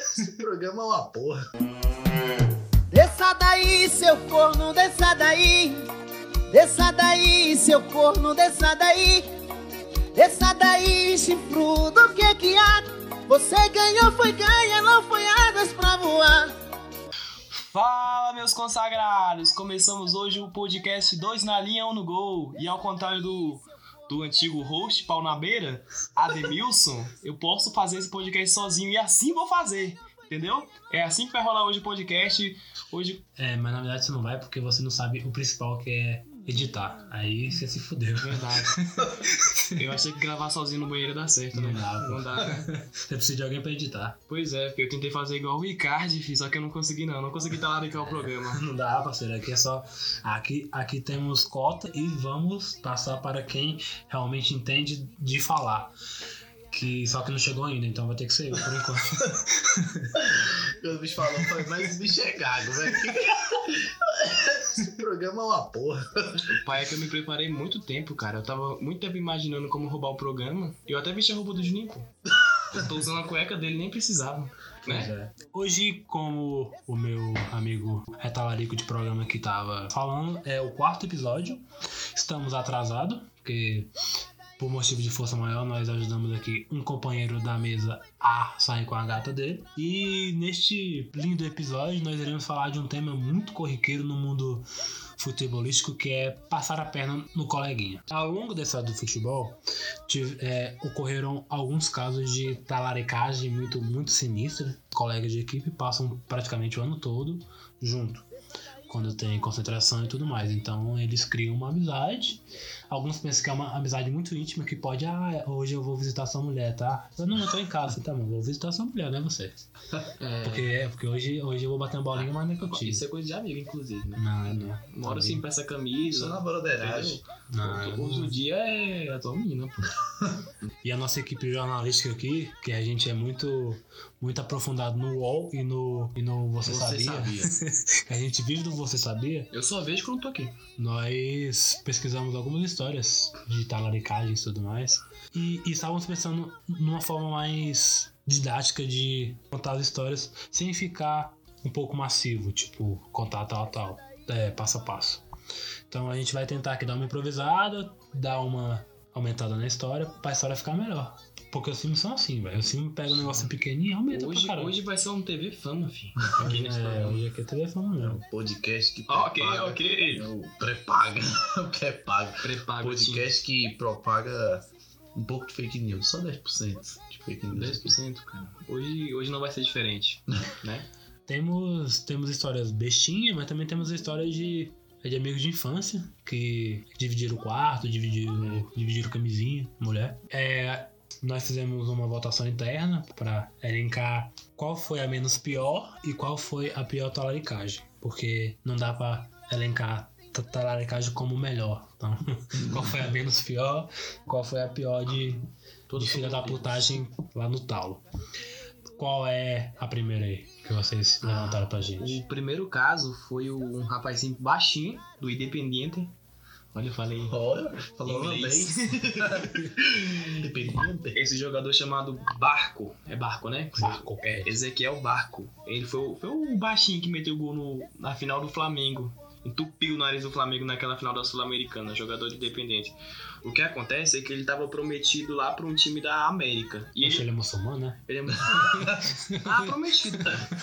Esse programa é uma porra. Desça daí, seu corno, desça daí. Desça daí, seu corno, desça daí. Desça daí, chifrudo, o que que há? Você ganhou, foi ganha, não foi asas pra voar. Fala, meus consagrados! Começamos hoje o podcast 2 na linha, 1 um no gol. E ao contrário do, do antigo host, pau na beira, Ademilson, eu posso fazer esse podcast sozinho e assim vou fazer, entendeu? É assim que vai rolar hoje o podcast. Hoje, É, mas na verdade você não vai porque você não sabe o principal que é editar. Aí você se fudeu. verdade. Eu achei que gravar sozinho no banheiro ia dar certo, né? Não dá, pô. Não dá, né? Você precisa de alguém pra editar. Pois é, porque eu tentei fazer igual o Ricardo, fiz, só que eu não consegui não, não consegui talaricar é o programa. Não dá, parceiro. Aqui é só. Aqui, aqui temos cota e vamos passar para quem realmente entende de falar. Que só que não chegou ainda, então vai ter que ser eu por enquanto. Os bichos falam, foi mais os bichos é gago, velho. Esse programa é uma porra. O pai é que eu me preparei muito tempo, cara. Eu tava muito tempo imaginando como roubar o programa. E eu até vesti a roupa do Juninho, pô. Eu tô usando a cueca dele, nem precisava. Né? Pois é. Hoje, como o meu amigo retalarico de programa que tava falando, é o quarto episódio. Estamos atrasados, porque por motivo de força maior, nós ajudamos aqui um companheiro da mesa a sair com a gata dele. E neste lindo episódio, nós iremos falar de um tema muito corriqueiro no mundo futebolístico, que é passar a perna no coleguinha. Ao longo dessa do futebol, tive- é, ocorreram alguns casos de talaricagem muito, muito sinistra. Colegas de equipe passam praticamente o ano todo junto, quando tem concentração e tudo mais. Então eles criam uma amizade. Alguns pensam que é uma amizade muito íntima, que pode, ah, hoje eu vou visitar sua mulher, tá? Eu não, eu tô em casa, tá bom, vou visitar sua mulher, né, você? Porque, é, porque hoje, hoje eu vou bater uma bolinha, mas não é contigo. Isso é coisa de amigo, inclusive, né? Não, não. Moro Também. sem peça Só na camisa. broderagem. não, não. Uso o dia é a tua menina, pô. E a nossa equipe jornalística aqui, que a gente é muito, muito aprofundado no UOL e no, e no Você, Você Sabia, que a gente vive do Você Sabia, Eu só vejo quando tô aqui. nós pesquisamos algumas histórias de talaricagens e tudo mais. E, e estávamos pensando numa forma mais didática de contar as histórias sem ficar um pouco massivo, tipo, contar tal, tal, é, passo a passo. Então a gente vai tentar aqui dar uma improvisada, dar uma aumentada na história, pra história ficar melhor. Porque os filmes são assim, velho. Os filmes pegam um negócio pequenininho e aumenta Hoje, pra caralho. hoje vai ser um TV fama, filho. Hoje, Aqui nesse é, programa. hoje aqui é telefone mesmo. Podcast que Ok, propaga. ok. É o pré-paga. O pré-paga. Preparo. Podcast que propaga um pouco de fake news. Só 10% de fake news. 10%, cara. Hoje, hoje não vai ser diferente, né? Temos, temos histórias bestinhas, mas também temos histórias de, É de amigos de infância que dividiram o quarto, dividiram, né, dividiram camisinha, mulher. É, nós fizemos uma votação interna pra elencar qual foi a menos pior e qual foi a pior talaricagem. Porque não dá pra elencar ta- talaricagem como melhor. Então, qual foi a menos pior, qual foi a pior de, Todo de filha da putagem lá no talo. Qual é a primeira aí que vocês levantaram pra gente? O primeiro caso foi o- um rapazinho baixinho, do Independiente. Olha, eu falei. Olha, falou Inglês. holandês. Independente. Esse jogador chamado Barco. É Barco, né? Marco. É, Ezequiel Barco. Ele foi, o- foi o baixinho que meteu o gol no- na final do Flamengo. Entupiu o nariz do Flamengo naquela final da Sul-Americana, jogador de independente. O que acontece é que ele tava prometido lá pra um time da América. E Acho ele, ele é muçulmano, né? ele é muito. ah, prometido.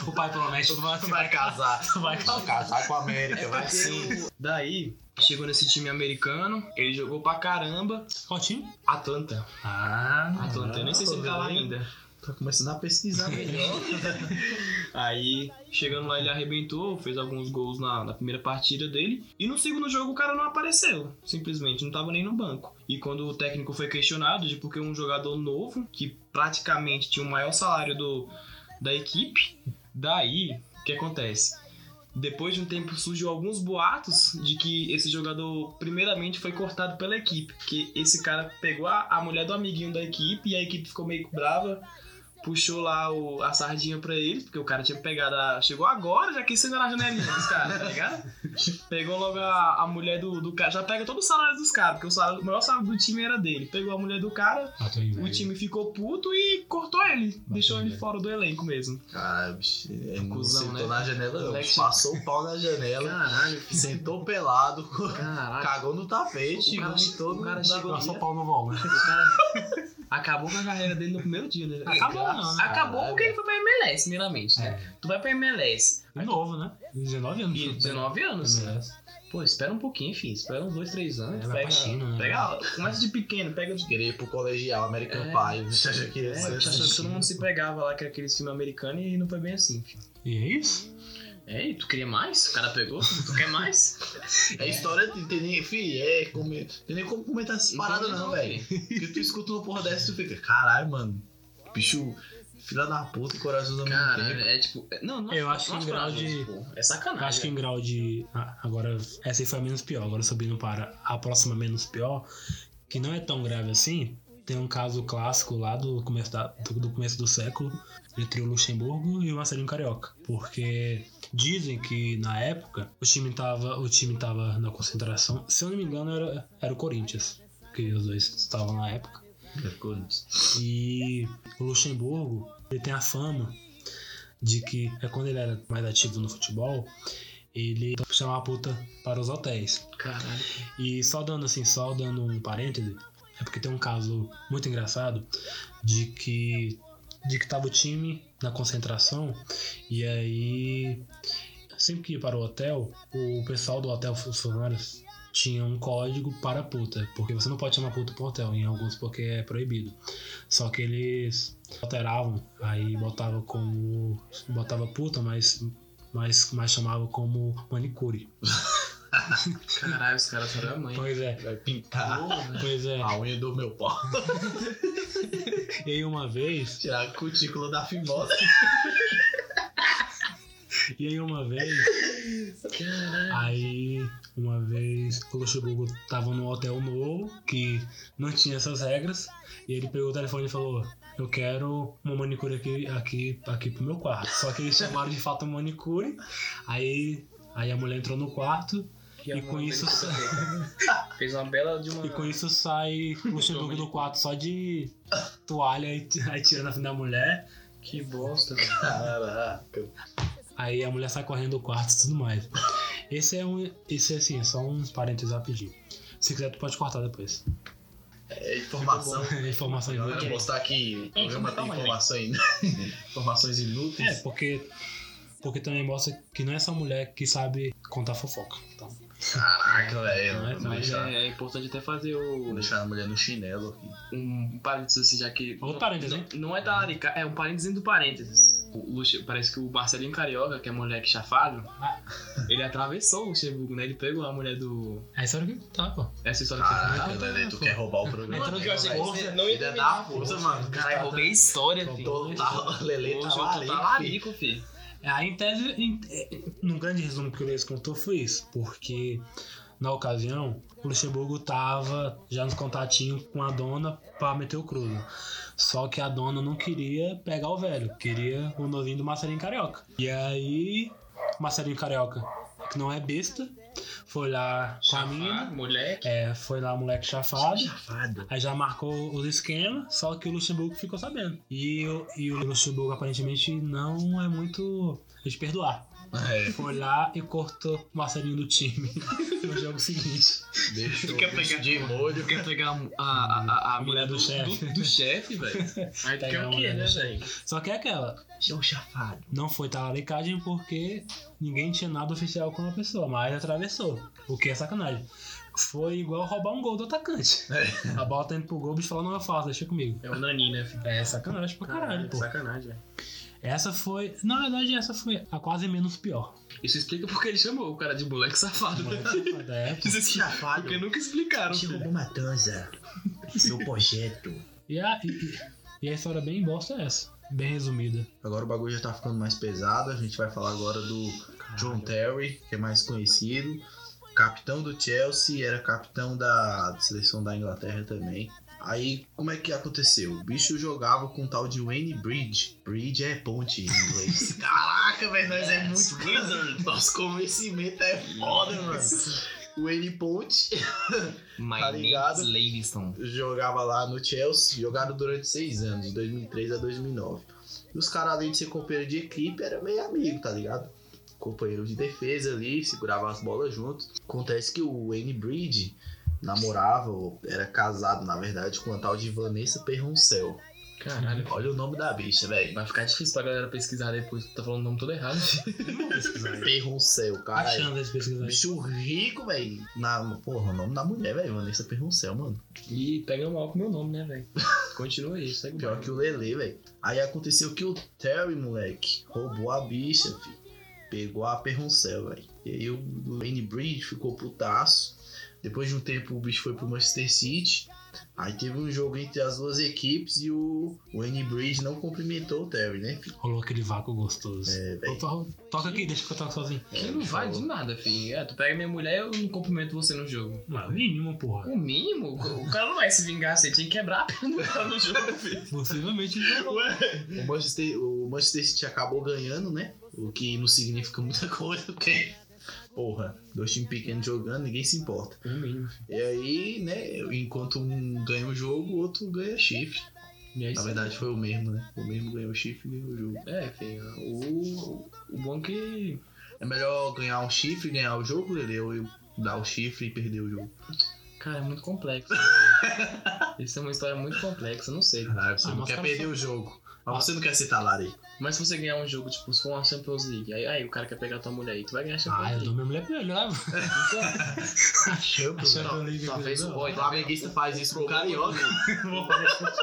O pai promete Tu vai casar. Tu vai casar com a América, vai sim. Assim, daí, chegou nesse time americano, ele jogou pra caramba. Qual time? Atlanta. Ah, Atlanta, eu nem sei se ele tá lá ainda. Tá começando a pesquisar melhor. Aí, chegando lá, ele arrebentou, fez alguns gols na, na primeira partida dele. E no segundo jogo, o cara não apareceu, simplesmente, não tava nem no banco. E quando o técnico foi questionado de porque um jogador novo, que praticamente tinha o maior salário do, da equipe, daí, o que acontece? Depois de um tempo surgiu alguns boatos de que esse jogador primeiramente foi cortado pela equipe, que esse cara pegou a, a mulher do amiguinho da equipe e a equipe ficou meio brava puxou lá o- a sardinha pra eles, porque o cara tinha pegado a. Chegou agora, já quis sentar na janelinha dos caras, tá ligado? Pegou logo a, a mulher do, do cara, já pega todo o salário dos caras, porque o, salário, o maior salário do time era dele. Pegou a mulher do cara, Bateu em o velho. time ficou puto e cortou ele. deixou ele velho. fora do elenco mesmo. Caralho, bicho. é, Não Cusão, sentou né? na janela, não. Moleque- Passou o pau na janela, Caralho, sentou pelado, caralho. cagou no tapete, O cara- vomitou o cara na- chegou- Nossa, o pau no volta. O cara acabou com a carreira dele no primeiro dia, né? Acabou não, né? Acabou Caralho. porque ele foi pra MLS, primeiramente, né? É, Tu vai pra MLS é novo, né? 19 anos. e 19 anos. MLS. Pô, espera um pouquinho, filho. Espera uns dois, três anos. É, vai pra pega, China, né? pega, começa de pequeno, pega de. Queria ir pro colegial, American É. Pie. Você acha que É, ia ser achando que todo mundo se pegava lá com aqueles filmes americanos e não foi bem assim, filho. E é isso? É, e tu queria mais? O cara pegou? Tu quer mais? É história, não tem nem, fi, é, come- não tem nem como comentar essas Não tem paradas nem não, não, velho. Porque tu escuta uma porra dessa e tu fica, caralho, mano, bicho, filha da puta, coração da Caralho, minha é tipo. é- Não, não. Eu acho não que em grau corajoso, de- pô. É Eu acho que sacanagem. em grau de. Ah, agora, essa aí foi a menos pior. Agora subindo para a próxima menos pior, que não é tão grave assim. Tem um caso clássico lá do começo, da- do, do começo do século entre o Luxemburgo e o Marcelinho Carioca. Porque dizem que na época o time tava, o time tava na concentração. Se eu não me engano, era, era o Corinthians, que os dois estavam na época. E o Luxemburgo, ele tem a fama de que é quando ele era mais ativo no futebol, ele chamava a puta para os hotéis. Caralho. E só dando assim, só dando um parêntese, é porque tem um caso muito engraçado de que de que tava o time na concentração e aí sempre que ia para o hotel, o pessoal do hotel, os funcionários tinha um código para puta, porque você não pode chamar puta pro hotel, em alguns porque é proibido. Só que eles alteravam, aí botava como botava puta, mas mas, mas chamava como manicure. Caralho, os caras foram a mãe. Pois é, Vai pintar pois é. a unha do meu pau, E aí uma vez, tirar a cutícula da fimose. e aí uma vez, aí uma vez o Luxemburgo tava num hotel novo que não tinha essas regras e ele pegou o telefone e falou: "Eu quero uma manicure aqui aqui aqui pro meu quarto". Só que eles chamaram de fato manicure. Aí aí a mulher entrou no quarto E com isso- é Fez uma bela de uma. e com isso sai o Luxemburgo do quarto só de toalha e aí tira na frente da mulher. Que bosta, velho. Caraca. Aí a mulher sai correndo do quarto e tudo mais. Esse é um. Esse é assim, é só uns parênteses rapidinho. Se quiser, tu pode cortar depois. É informação. Informação Galera, vou inútil. mostrar que o programa tem calma aí. informação in- informações É, inúteis. porque. Porque também mostra que não é só mulher que sabe contar fofoca. Então, Caraca, Não é, velho. não Vou Mas deixar, é, é importante até fazer o, vou deixar a mulher no chinelo aqui. um parênteses assim, já que. Outro parênteses, não, hein? não é da Arica, é um parênteses do parênteses. O Luxe, parece que o Marcelinho Carioca, que é moleque chafado, Ah. ele atravessou o Luxemburgo, né? Ele pegou a mulher do. aí sabe o que tá, pô. Essa história que você Caraca, tá- velho, tu quer roubar o programa. Mano, né, eu achei que velho? você não ia Filha da terminar. puta, mano. Caralho, Caralho, Tá roubei história, filho. Total, Lele Hoje eu tô tá lá, ali, talarico, filho. É, Aí, em tese, em, é, num grande resumo que o Leis contou foi isso, porque na ocasião o Luxemburgo tava já nos contatinhos com a dona pra meter o crudo. Só que a dona não queria pegar o velho, queria o novinho do Marcelinho Carioca. E aí, o Marcelinho Carioca, que não é besta, foi lá com a mina, Chafado, moleque. é, foi lá moleque chafado. Safado. Aí já marcou os esquemas, só que o Luxemburgo ficou sabendo. E, o- e o Luxemburgo aparentemente não é muito de perdoar. É, Foi lá e cortou o Marcelinho do time no jogo seguinte. deixa Tu quer o bicho pegar- de molho. Quer pegar a, a, a, a mulher do do, chefe. do, do chefe, velho. Aí tu Pegar quer a o mulher quê, do né, chefe. velho? Só que é aquela, Seu chafado. não foi talaricagem porque ninguém tinha nada oficial com a pessoa, mas atravessou. O que é sacanagem. Foi igual roubar um gol do atacante. A bola tá indo pro gol, o bicho fala, não, eu faço, deixa comigo. É o Nani, né, filho? É sacanagem pra caralho, pô. sacanagem, velho. Essa foi, na verdade, essa foi a quase menos pior. Isso explica porque ele chamou o cara de moleque safado, né? É, pô. Isso explica- Chafado. Porque nunca explicaram, Tipo, filho. um Matanza. Seu projeto. E a, e- e a história bem bosta é essa. Bem resumida. Agora o bagulho já tá ficando mais pesado. A gente vai falar agora do John Terry, que é mais conhecido. Capitão do Chelsea, era capitão da seleção da Inglaterra também. Aí, como é que aconteceu? O bicho jogava com um tal de Wayne Bridge. Bridge é ponte em inglês. Caraca, velho, nós é muito wizard. Nosso conhecimento é foda, mano. Wayne Ponte My Tá name ligado? is Leviston. jogava lá no Chelsea, jogaram durante seis anos, de 2003 a 2009. E os caras, além de ser companheiro de equipe, era meio amigo, tá ligado? Companheiro de defesa ali, segurava as bolas juntos. Acontece que o Wayne Bridge namorava, ou era casado, na verdade, com a tal de Vanessa Perroncel. Caralho. Olha o nome da bicha, velho. Vai ficar difícil pra galera pesquisar depois. Tá falando o nome todo errado. Perroncel, A caralho. chance de pesquisar. Bicho rico, velho. Na, porra, o nome da mulher, velho. Vanessa Perroncel, mano. E pega mal com o meu nome, né, velho? Continua aí, segue o Pior que o Lele, velho. Aí aconteceu que o Terry, moleque, roubou a bicha, filho. Pegou a Perroncel, velho. E aí o Wayne Bridge ficou putaço. Depois de um tempo o bicho foi pro Manchester City. Aí teve um jogo entre as duas equipes e o Wayne Bridge não cumprimentou o Terry, né? filho? Rolou aquele vácuo gostoso. É, Eu velho. to- Toca aqui, deixa que eu toco sozinho. É, Que não vai um- de nada, filho. É, tu pega minha mulher e eu não cumprimento você no jogo. Não, nenhuma, porra. O mínimo, o cara não vai se vingar, você tinha que quebrar a perna do cara no jogo, filho. Possivelmente jogou. O Manchester, o Manchester City acabou ganhando, né? O que não significa muita coisa, porque. Porra, dois times pequenos jogando, ninguém se importa. O mínimo. E aí, né, enquanto um ganha o jogo, o outro ganha chifre. E é aí, Na verdade foi o mesmo, né? O mesmo ganhou o chifre e ganhou o jogo. É, filho. O, o bom é que. É melhor ganhar um chifre e ganhar o jogo, Lele, ou eu dar o chifre e perder o jogo. Cara, é muito complexo. Isso é uma história muito complexa, eu não sei. Caralho, você Ah, não mas quer cara, perder só- o jogo. Mas você não quer ser talari. Mas se você ganhar um jogo, tipo, se for uma Champions League, aí, aí o cara quer pegar tua mulher aí, tu vai ganhar a Champions Ah, eu League. dou minha mulher pra ele, né? Champions, Champions não. League, Só fez o né? não. boy. O flamenguista faz isso pro carioca.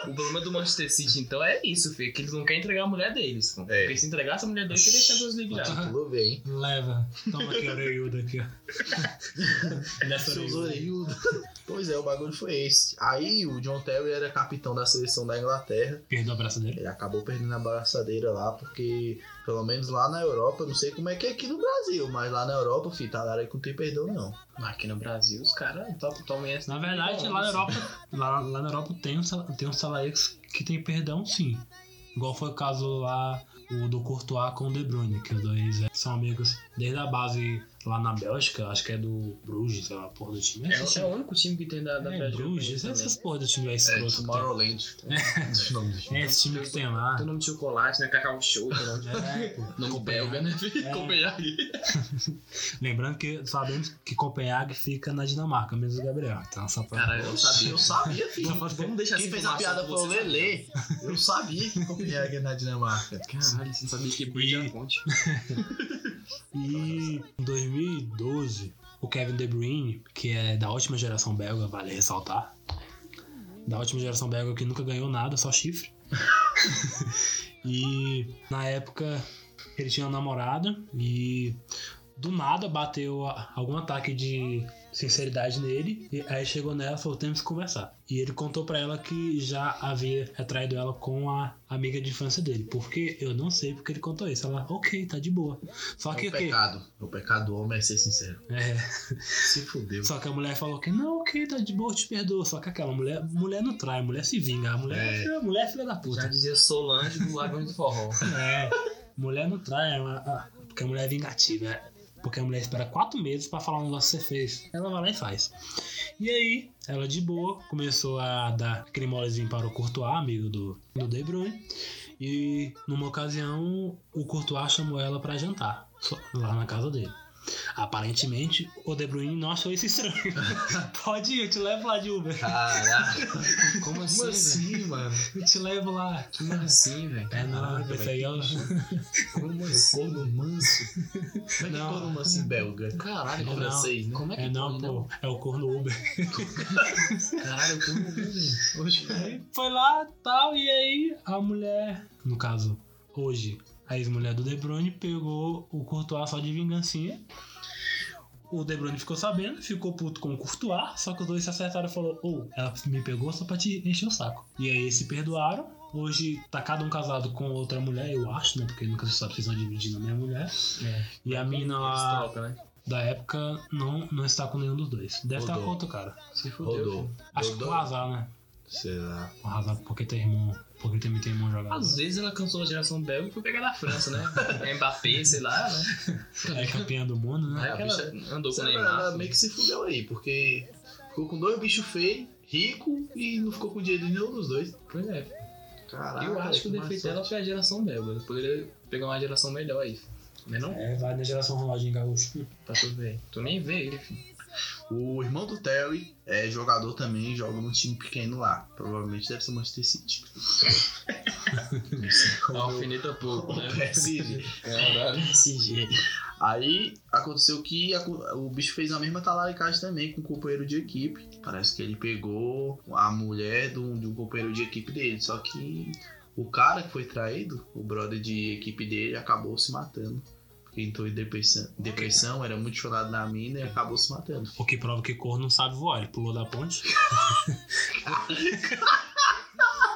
O problema do Manchester City, então, é isso, filho. Que eles não querem entregar a mulher deles. pô. É. Porque se entregasse a mulher deles, seria Champions League já. Tudo bem. Leva. Toma aqui, orelhuda aqui, ó. Nessa Seus orelhuda. orelhudos. Pois é, o bagulho foi esse. Aí o John Terry era capitão da seleção da Inglaterra. Perdeu o abraço dele. Ele acabou perdendo a abraçadeira lá, porque, pelo menos lá na Europa, eu não sei como é que é aqui no Brasil, mas lá na Europa, fi, talarico não tem perdão, não. Mas Ah, aqui no Brasil, os caras topam tomam essa. Na verdade, lá na Europa, lá, lá na Europa tem um, sal- tem um salarix que tem perdão, sim. Igual foi o caso lá o do Courtois com o De Bruyne, que os dois é, são amigos desde a base lá na Bélgica, acho que é do Bruges, sei lá, porra do time. É, Esse o- é time- o único time que tem da, da é, Bélgica Bruges, também. essas porra do time é escroto. que tem. Tomorrowland. Dos nomes dos É times. esse time que tem lá. Tem nome de chocolate, né? Cacau Show, tem nome de- É, pô. nome belga, né? filho? É. Copenhague. Lembrando que sabemos que Copenhague fica na Dinamarca, mesmo o Gabriel. Então, só pra... Cara, eu não Oxi, sabia. Eu sabia, filho. Só pra- Vamos deixar Quem essa fez a informação piada com foi o você. Lele. Eu sabia que Copenhague é na Dinamarca. Caralho, você não sabia que Bridge era ponte. E em 2012, o Kevin De Bruyne, que é da última geração belga, vale ressaltar. Da última geração belga que nunca ganhou nada, só chifre. e na época ele tinha uma namorada e do nada bateu a- algum ataque de sinceridade nele. E aí chegou nela e falou: temos que conversar. E ele contou pra ela que já havia atraído ela com a amiga de infância dele. Porque eu não sei porque ele contou isso. Ela, ok, tá de boa. Só que É o o quê? pecado. O pecado do homem é ser sincero. É. Se fudeu. Só que a mulher falou que não, ok, tá de boa, eu te perdoa. Só que aquela mulher, mulher não trai, mulher se vinga. A mulher é, mulher é filha da Já puta. dizia Solange do Lagão do Forró. É, mulher não trai, ela- ah, porque a mulher é vingativa. é. Porque a mulher espera quatro meses pra falar um negócio que você fez. Ela vai lá e faz. E aí, ela de boa, começou a dar aquele molezinho para o Courtois, amigo do, do De Bruyne. E numa ocasião, o Courtois chamou ela pra jantar, só- lá na casa dele. Aparentemente, o De Bruyne não achou isso estranho. Pode ir, eu te levo lá de Uber. Caraca. Como Como assim, assim, mano? Eu te levo lá. velho? Como assim, velho? É, não, Caraca, isso aí é o- Como assim? Corno manso. Como é que é Não. corno manso em belga? Caralho, Em não. cara. francês, né? Como é que É não, pode, pô. É o corno Uber. não? Caralho, como velho? Oxe. Aí foi lá tal, e aí a mulher, no caso, hoje, a ex-mulher do De Bruyne pegou o Courtois só de vingancinha. O De Bruyne ficou sabendo, ficou puto com o Courtois, só que os dois se acertaram e falou, ou, ela me pegou só pra te encher o saco. E aí eles se perdoaram. Hoje tá cada um casado com outra mulher, eu acho, né? Porque nunca se sabe se eles vão dividir na mesma mulher. É. E a mina Eles lá trocam, né? da época não, não está com nenhum dos dois. Deve estar com Rodou. outro cara. Se fudeu. Rodou. Acho que Rodou. com azar, né? Será? Com razão, porque teu irmão. Porque também teu irmão jogava. Às vezes ela cansou a geração belga e foi pegar da França, né? Mbappé, sei lá, né? É campeã do mundo, né? Aí a que Ah, ela andou com o Será ela Neymar. assim. meio que se fudeu aí, porque ficou com dois bichos feios, rico, e não ficou com dinheiro de nenhum dos dois. Pois é. Caraca, Eu acho que o mais defeito sorte. dela foi a geração belga. Ela Poderia pegar uma geração melhor aí. Né não? É, vai na geração Ronaldinho Gaúcho. Tá tudo bem. Tu nem vê ele, filho. O irmão do Terry é jogador também, joga num time pequeno lá. Provavelmente deve ser Manchester City. Alfineta pouco, né? O PSG. Caralho. PSG. Aí aconteceu que a- o bicho fez a mesma talaricagem também com o companheiro de equipe. Parece que ele pegou a mulher de um, de um companheiro de equipe dele. Só que o cara que foi traído, o brother de equipe dele, acabou se matando. Porque entrou em depressão, depressão era muito chorado na mina e acabou se matando. O que prova que corno não sabe voar. Ele pulou da ponte.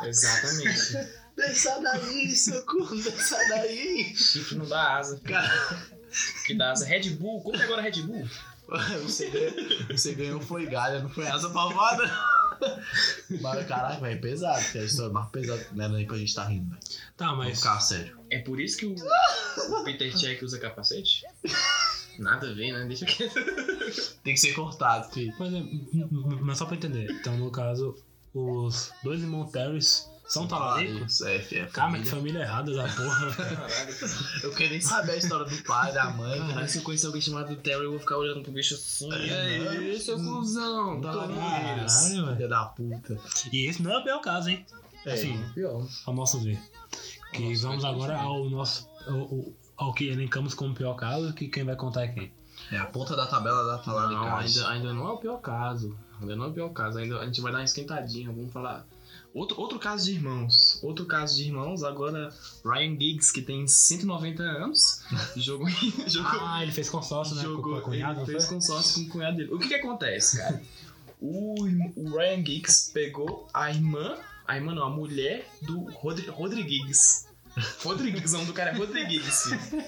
Exatamente. Dança daí, socorro, dança daí. Chifre não dá asa. Que dá asa. Red Bull. Como agora Red Bull? Você ganhou, você ganhou foi galha, é um não foi asa pavada. Mas caralho, velho, pesado. Que é a história mais pesada. Não era nem pra gente estar tá rindo, velho. Tá, Vamos mas. ficar sério. É por isso que o o Peter Check usa capacete? Nada a ver, né? Deixa quieto. Tem que ser cortado, filho. Pois é, m- m- mas só pra entender. Então, no caso, os dois irmãos Terrys Então são tá talaricos? É, filho, é Cara, mas que família. família errada da porra. Caralho. Eu queria nem saber a história do pai, da mãe, Caralho, cara. se eu conhecer alguém chamado Terry, eu vou ficar olhando pro bicho assim. É, Ei, seu cuzão. Tá lá com eles. Caralho, velho. né, Filha da puta. E esse não é o meu caso, hein? É, Assim, Pior. ao nosso ver. Que Ao nosso vamos ver, agora sim. ao nosso. Ao, ao- ao que elencamos como pior caso, que quem vai contar é quem. é a ponta da tabela da Não, talaricagem. ainda, ainda não é o pior caso. Ainda não é o pior caso. Ainda a gente vai dar uma esquentadinha. Vamos falar. Outro, outro caso de irmãos. Outro caso de irmãos. Agora, Ryan Giggs, que tem 190 anos, jogou, em- jogou Ah, ele fez consórcio, né? com- com jogou, a cunhada, não ele foi? fez consórcio com o cunhado dele. O que que acontece, cara? o, irm- o Ryan Giggs pegou a irmã, a irmã não, a mulher do Rodri, Rodrigues. Rodrigues, o nome do cara é Rodrigues. filho.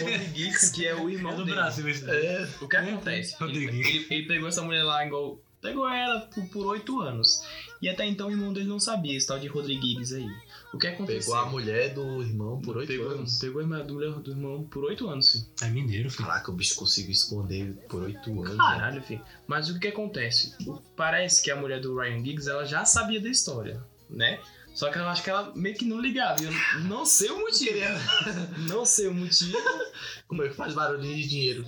Rodrigues, que é o irmão É do dele. Brasil, esse É, O que acontece? Ele, Rodrigues. ele- ele pegou essa mulher lá igual... Pegou ela por- por oito anos. E até então o irmão dele não sabia esse tal de Rodrigues aí. O que aconteceu? pegou a mulher do irmão por oito Pegou- anos. Pegou a irmã do, mulher- do irmão por oito anos, filho. É mineiro, filho. Caraca, o bicho conseguiu esconder por oito anos. né? Caralho, filho. Mas o que acontece? O- Parece que a mulher do Ryan Giggs, ela já sabia da história, né? Só que eu acho que ela meio que não ligava. e Eu não sei o motivo. Queria- Não sei o motivo. Como é que faz barulhinho de dinheiro?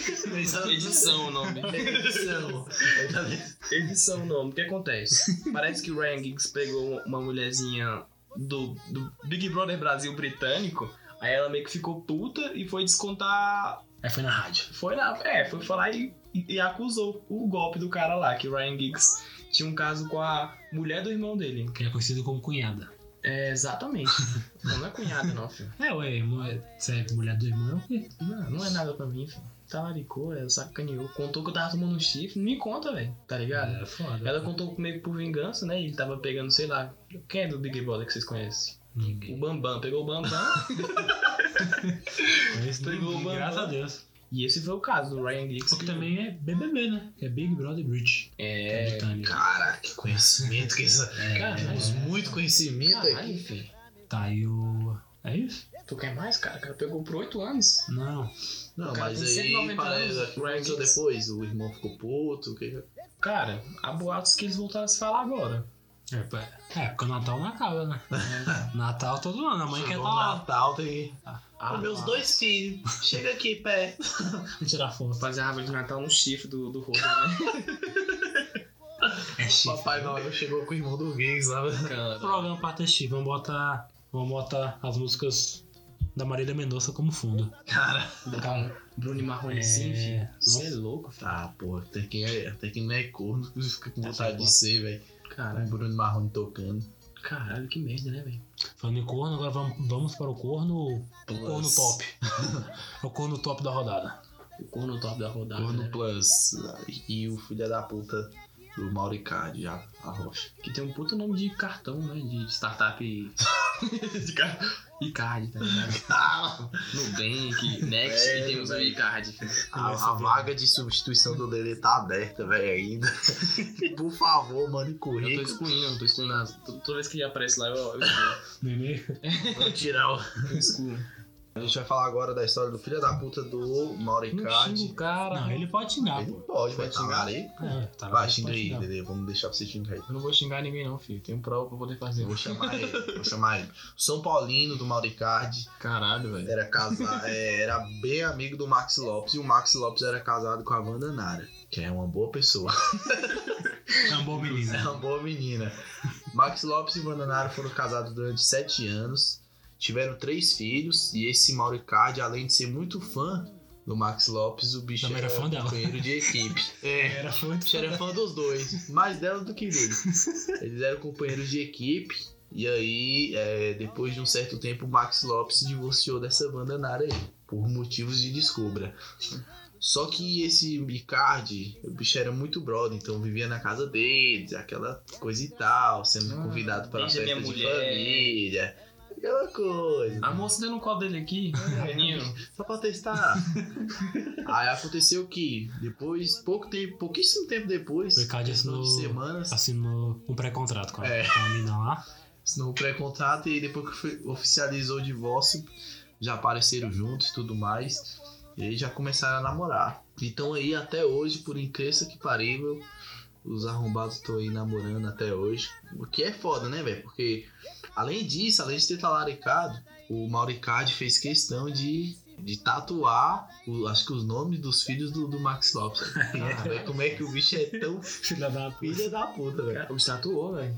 Edição o nome. Edição. Edição o nome. O que acontece? Parece que o Ryan Giggs pegou uma mulherzinha do, do Big Brother Brasil britânico. Aí ela meio que ficou puta e foi descontar. Aí É, foi na rádio. Foi na. É, foi falar e, e acusou o golpe do cara lá, que o Ryan Giggs tinha um caso com a mulher do irmão dele. Que é conhecido como cunhada. É, exatamente. não, não é cunhada, não, filho. É, ué, irmão é- você é mulher do irmão é o quê? Não, não é nada pra mim, filho. Talaricou, ela sacaneou. Contou que eu tava tomando um chifre. Não me conta, velho. Tá ligado? É foda. Ela contou comigo por vingança, né? Ele tava pegando, sei lá. Quem é do Big Brother que vocês conhecem? Ninguém. O Bambam. Pegou o Bambam. Conhece Pegou ninguém, o Bambam. graças a Deus. e esse foi o caso do Ryan Giggs. O que também é BBB, né? Que é Big Brother Bridge. que É. É. britânico. Cara, que conhecimento que essa. Caralho, Temos muito conhecimento caralho, aqui. filho. é, Tá aí o. É isso? Tu quer mais, cara? O cara pegou por 8 anos. Não. Não, O cara mas tem aí 190 parece anos, que aconteceu Ryan Giggs. depois. O irmão ficou puto. Que... Cara, há boatos que eles voltaram a se falar agora. É, pá, é, porque o Natal não acaba, né? Natal todo ano, a mãe quer Chegou estar o lá. Natal tem. Ah, meus dois filhos, chega aqui, pé. Tirar foto. Fazer a árvore de Natal no um chifre do, do rosto, né? É chifre. Papai Noel chegou com o irmão do Giggs lá. Cara, Programa pra ter chifre, vamos botar. Vamos botar as músicas da Marília Mendonça como fundo. Cara. botar um Bruno Marrone sim, É. filho. Você é louco, Tá, pô, até quem, é, até quem não é corno fica com Tá vontade bom. de ser, velho. Caralho, O Bruno Marrone tocando. caralho, que merda, né, velho? Falando em corno, agora vamos, vamos para o corno. O corno Plus. top. o corno top da rodada. O corno top da rodada. Corno né? Plus. Tá, E o filho da puta do Mauricard, a, a rocha. Que tem um puta nome de cartão, né? De startup. de car... Icard, tá ligado? Ah, No Nubank, Next É, e temos o velho. iCard. A, a vaga um- de substituição do Lele tá aberta, velho, ainda. Por favor, mande Eu tô currículo. excluindo, tô excluindo. as- to- Toda vez que aparece lá, eu, eu excluo. Nenê. Vou tirar o... Eu excluo. A gente vai falar agora da história do filho da puta do Não xinga Mauricard. o cara. Não, ele pode xingar, Ele pô. não pode, vai Vai xingar? xingar aí. É, tá Vai, ele xinga pode aí, xingar. Lele. Vamos deixar pra você xingar aí. Eu não vou xingar ninguém, não, filho. Tenho prova pra poder fazer. Eu Vou chamar ele, vou chamar ele. São Paulino do Mauricard Caralho, velho. era casado, era bem amigo do Max Lopes e o Max Lopes era casado com a Wanda Nara, que é uma boa pessoa. É um bom menino. É uma boa menina. Max Lopes e Vandanaro foram casados durante sete anos, tiveram três filhos, e esse Mauricard, além de ser muito fã do Max Lopes, o bicho Também era fã dela. companheiro de equipe. É, Era o muito bicho era fã dos dois, mais dela do que dele. Eles eram companheiros de equipe, e aí, é, depois de um certo tempo, o Max Lopes se divorciou dessa Vandanara aí, por motivos de descubra. Só que esse Ricardi, o bicho era muito brother, então vivia na casa deles, aquela coisa e tal, sendo Ah, convidado para a deixa festa de minha mulher. família, aquela coisa. A moça deu no colo dele aqui, menino. Só pra testar. aí aconteceu que, depois, pouco tempo, pouquíssimo tempo depois, O Ricardi questão de assinou- semanas, Assinou um pré-contrato com a, É. com a mina lá. assinou o pré-contrato e depois que foi- oficializou o divórcio, já apareceram juntos e tudo mais. E aí já começaram a namorar. Então aí até hoje, por incrível que parível, os arrombados estão aí namorando até hoje. O que é foda, né, velho? Porque além disso, além de ter talaricado, o Mauricard fez questão de, de tatuar o- acho que os nomes dos filhos do, do Max Lopes. Véi, Como é que o bicho é tão Filha da filha da puta, velho? O estatuou, velho.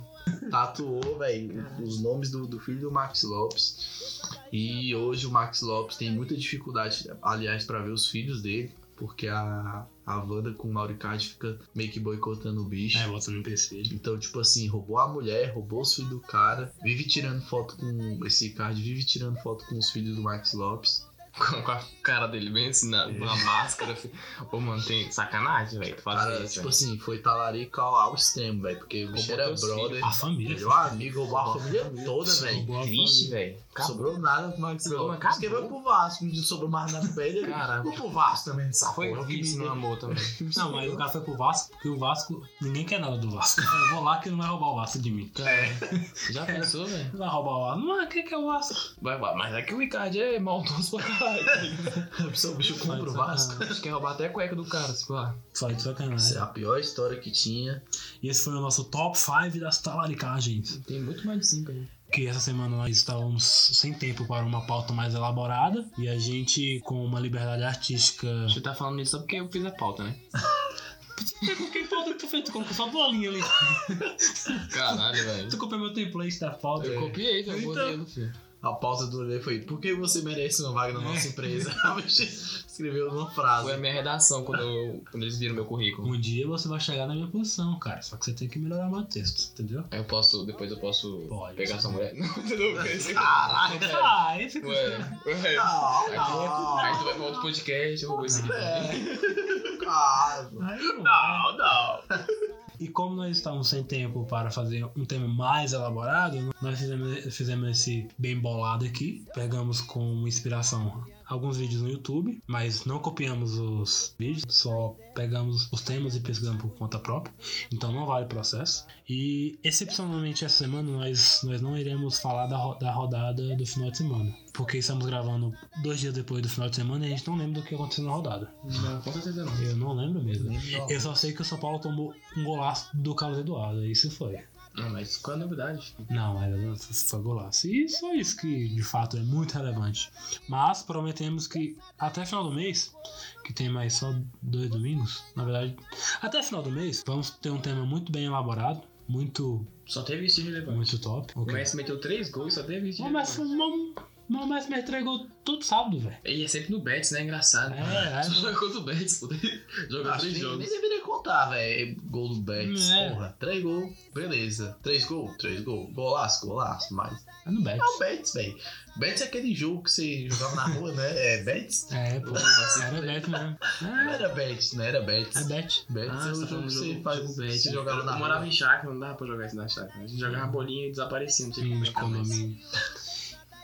tatuou, velho, os nomes do, do filho do Max Lopes. E hoje o Max Lopes tem muita dificuldade, aliás, pra ver os filhos dele, porque a, a Wanda com o Mauricard fica meio que boicotando o bicho. É, botando no PC. Então, tipo assim, roubou a mulher, roubou os filhos do cara, vive tirando foto com. Esse card vive tirando foto com os filhos do Max Lopes. Com a cara dele bem assim, na, uma máscara. Filho. Ô, mano, tem sacanagem, velho. Tu faz É. Cara, isso, tipo velho. assim, foi talarico ao, ao extremo, velho, porque o bicho Roubou era teus filhos. brother, A família. É. melhor amigo, roubou a família toda, velho. Roubou a Triste, família. velho. Sobrou nada pro Max Sobrou, Lopes. acabou. Porque vai pro Vasco, não sobrou mais nada pra ele. Caralho. Vou pro Vasco também. Essa Foi porra, difícil me- no amor também. Não, mas o cara foi pro Vasco, porque o Vasco. Ninguém quer nada do Vasco. Eu vou lá que não vai roubar o Vasco de mim. É. É. Já pensou, velho? Não vai roubar o Vasco. Não, o que que é o Vasco? Vai, vai, mas é que o Icardi é maldoso pra caralho. O bicho compra o Vasco. Acho que é roubar até a cueca do cara, tipo, ah. se pá. Só de Essa é sacanagem. a pior história que tinha. E esse foi o nosso top 5 das talaricagens. Tem muito mais de 5 aí. que essa semana nós estávamos sem tempo para uma pauta mais elaborada e a gente, com uma liberdade artística. A gente tá falando isso só porque eu fiz a pauta, né? que pauta que tu fez? Tu colocou só bolinha ali. Caralho, velho. Tu copiou meu template da pauta. Eu copiei, tá Então- então... filho. A pauta do Lê foi: por que você merece uma vaga na nossa empresa? O bicho Escreveu uma Foi a frase. minha redação quando, eu- quando eles viram meu currículo. Um dia você vai chegar na minha posição, cara. Só que você tem que melhorar meu texto, entendeu? Aí Eu posso, depois eu posso Pode. pegar sua mulher. Não, você não Caralho! Ué, Ah, esse ué, ué. Não, não, Aí tu vai pra outro podcast, eu vou ver isso aqui. É. Cara, Não, é. não. E como nós estávamos sem tempo para fazer um tema mais elaborado, nós fizemos, fizemos esse bem bolado aqui. Pegamos como inspiração alguns vídeos no YouTube, mas não copiamos os vídeos, só pegamos os temas e pesquisamos por conta própria. Então não vale processo. E excepcionalmente essa semana nós, nós não iremos falar da, ro- da rodada do final de semana, porque estamos gravando dois dias depois do final de semana e a gente não lembra do que aconteceu na rodada. Não, com certeza não. Eu não lembro mesmo. Eu só sei que o São Paulo tomou um golaço do Carlos Eduardo, isso foi. Não, mas qual é a novidade? Não, mas foi golaço. E só isso que de fato é muito relevante. Mas prometemos que até final do mês, que tem mais só dois domingos, na verdade, até final do mês, vamos ter um tema muito bem elaborado, muito, Só teve isso de relevante. muito top. O Ok. Messi meteu 3 gols, só teve isso de Mas, mas, relevante. mas, mas, mas me entregou todo sábado, velho. E é sempre no Betis, né? Engraçado. É, é. Só joga contra o Betis, pô. É, Joga Acho três que nem, nem jogos. deveria contar, velho. Gol do Betis, É. porra. Três gols, beleza. Três gols, três gols. Golaço, golaço, mas. É no É o Betis. Betis, velho. Betis é aquele jogo que você jogava na rua, né? É Betis? É, pô. Era Betis mesmo. Não era Betis, não era Betis. É, é Betis. Betis é Ah, você o jogo tá falando que do você jogo faz, do você Betis. né? jogava Eu na rua. morava Hum. em né? chácara, não dava pra jogar isso na chácara. A gente jogava bolinha e desaparecia, não sei é Hum, como. condomínio.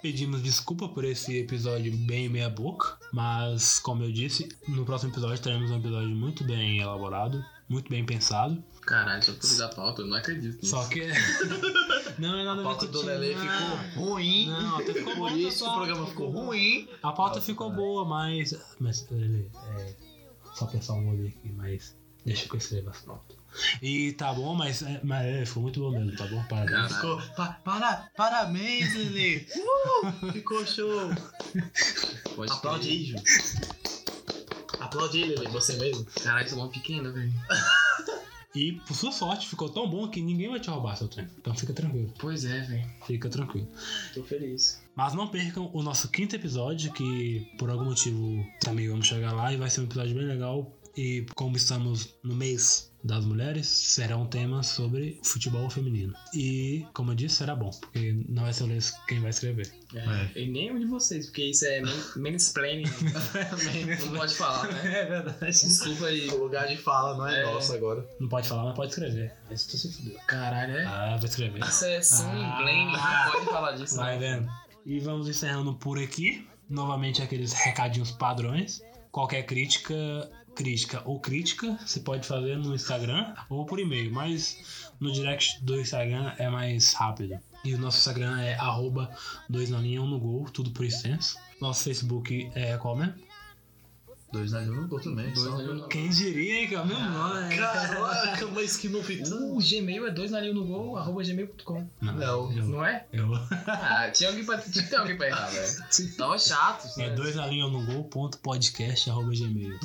Pedimos desculpa por esse episódio bem meia boca, mas como eu disse, no próximo episódio teremos um episódio muito bem elaborado, muito bem pensado. Caralho, só por causa da pauta, eu não acredito. Só que não é nada A a ver pauta com do o time, Lelê não. ficou ruim. Não, até ficou Por bom, isso que pessoal, o programa até ficou ficou bom. ruim. A pauta Nossa, ficou cara. boa, mas. Mas, Lelê, é. Só pensar um olho aqui, mas. Deixa que eu escreva as notas. E tá bom, mas, é, mas é, ficou muito bom mesmo, tá bom? Parabéns. Caralho. Ficou, pa- para, parabéns, Lelê. Uh, ficou show. Pode Aplaude crer. aí, Ju. Aplaude aí, Lelê, você mesmo. Caralho, essa mão pequena, velho. E por sua sorte, ficou tão bom que ninguém vai te roubar seu trem. Então fica tranquilo, Pois é, velho. fica tranquilo. Tô feliz. Mas não percam o nosso quinto episódio, que por algum motivo também vamos chegar lá e vai ser um episódio bem legal. E como estamos no mês das mulheres, serão temas sobre futebol feminino. E, como eu disse, será bom, porque não vai ser o Leis quem vai escrever. É. E nem um de vocês, porque isso é men- mansplaining. não pode falar, né? É verdade. Desculpa aí. O lugar de fala não é, É. nosso agora. Não pode falar, mas pode escrever. Mas tu se fudeu. Caralho, é? Ah, vai escrever. Isso é são Ah. blame, não pode falar disso. Vai não. vendo. E vamos encerrando por aqui. Novamente aqueles recadinhos padrões. Qualquer crítica, crítica ou crítica, você pode fazer no Instagram ou por e-mail, mas no direct do Instagram é mais rápido. E o nosso Instagram é arroba 2 na linha 1 no gol, tudo por extenso. Nosso Facebook é qual mesmo? Dois na um. não gol também. Dois só. na linha. Quem diria, hein, que é o mesmo nome. né? Caraca, mas que novidade. Uh, o Gmail é dois na linha no gol, arroba gmail.com. Não, Não. eu- Não é? eu- Ah, tinha alguém pra, tinha que ter alguém pra errar, velho. Tava chato. É né? 2 na linha no gol, ponto podcast, arroba gmail.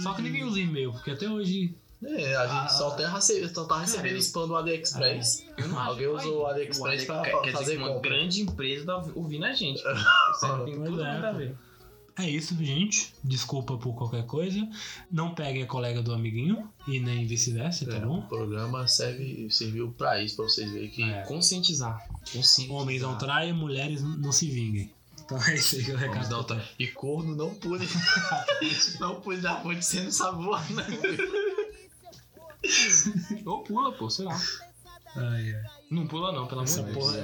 Só que ninguém usa e-mail, porque até hoje É, a gente Ah. só, tá recebendo, só tá recebendo Cara, spam do AliExpress. Ah, Eu não acho. Alguém usou o O AliExpress Alex pra, quer, pra quer dizer fazer que uma compra. grande empresa tá ouvindo a gente. Isso aí tem né? Pois tudo é. nada a ver. É isso, gente. Desculpa por qualquer coisa. Não pegue a colega do amiguinho e nem vice-versa, tá É, bom? O programa serve, serviu pra isso, pra vocês verem que É. Conscientizar. consigo. Homens não tá- traem, mulheres não se vinguem. Então é isso aí que eu Homens não recado. tra- E corno não pune. não pune da ponte sendo sabor, né? não. Ou pula, pô, sei lá. Ai, ai. Não pula não, pelo amor de Essa Deus. porra,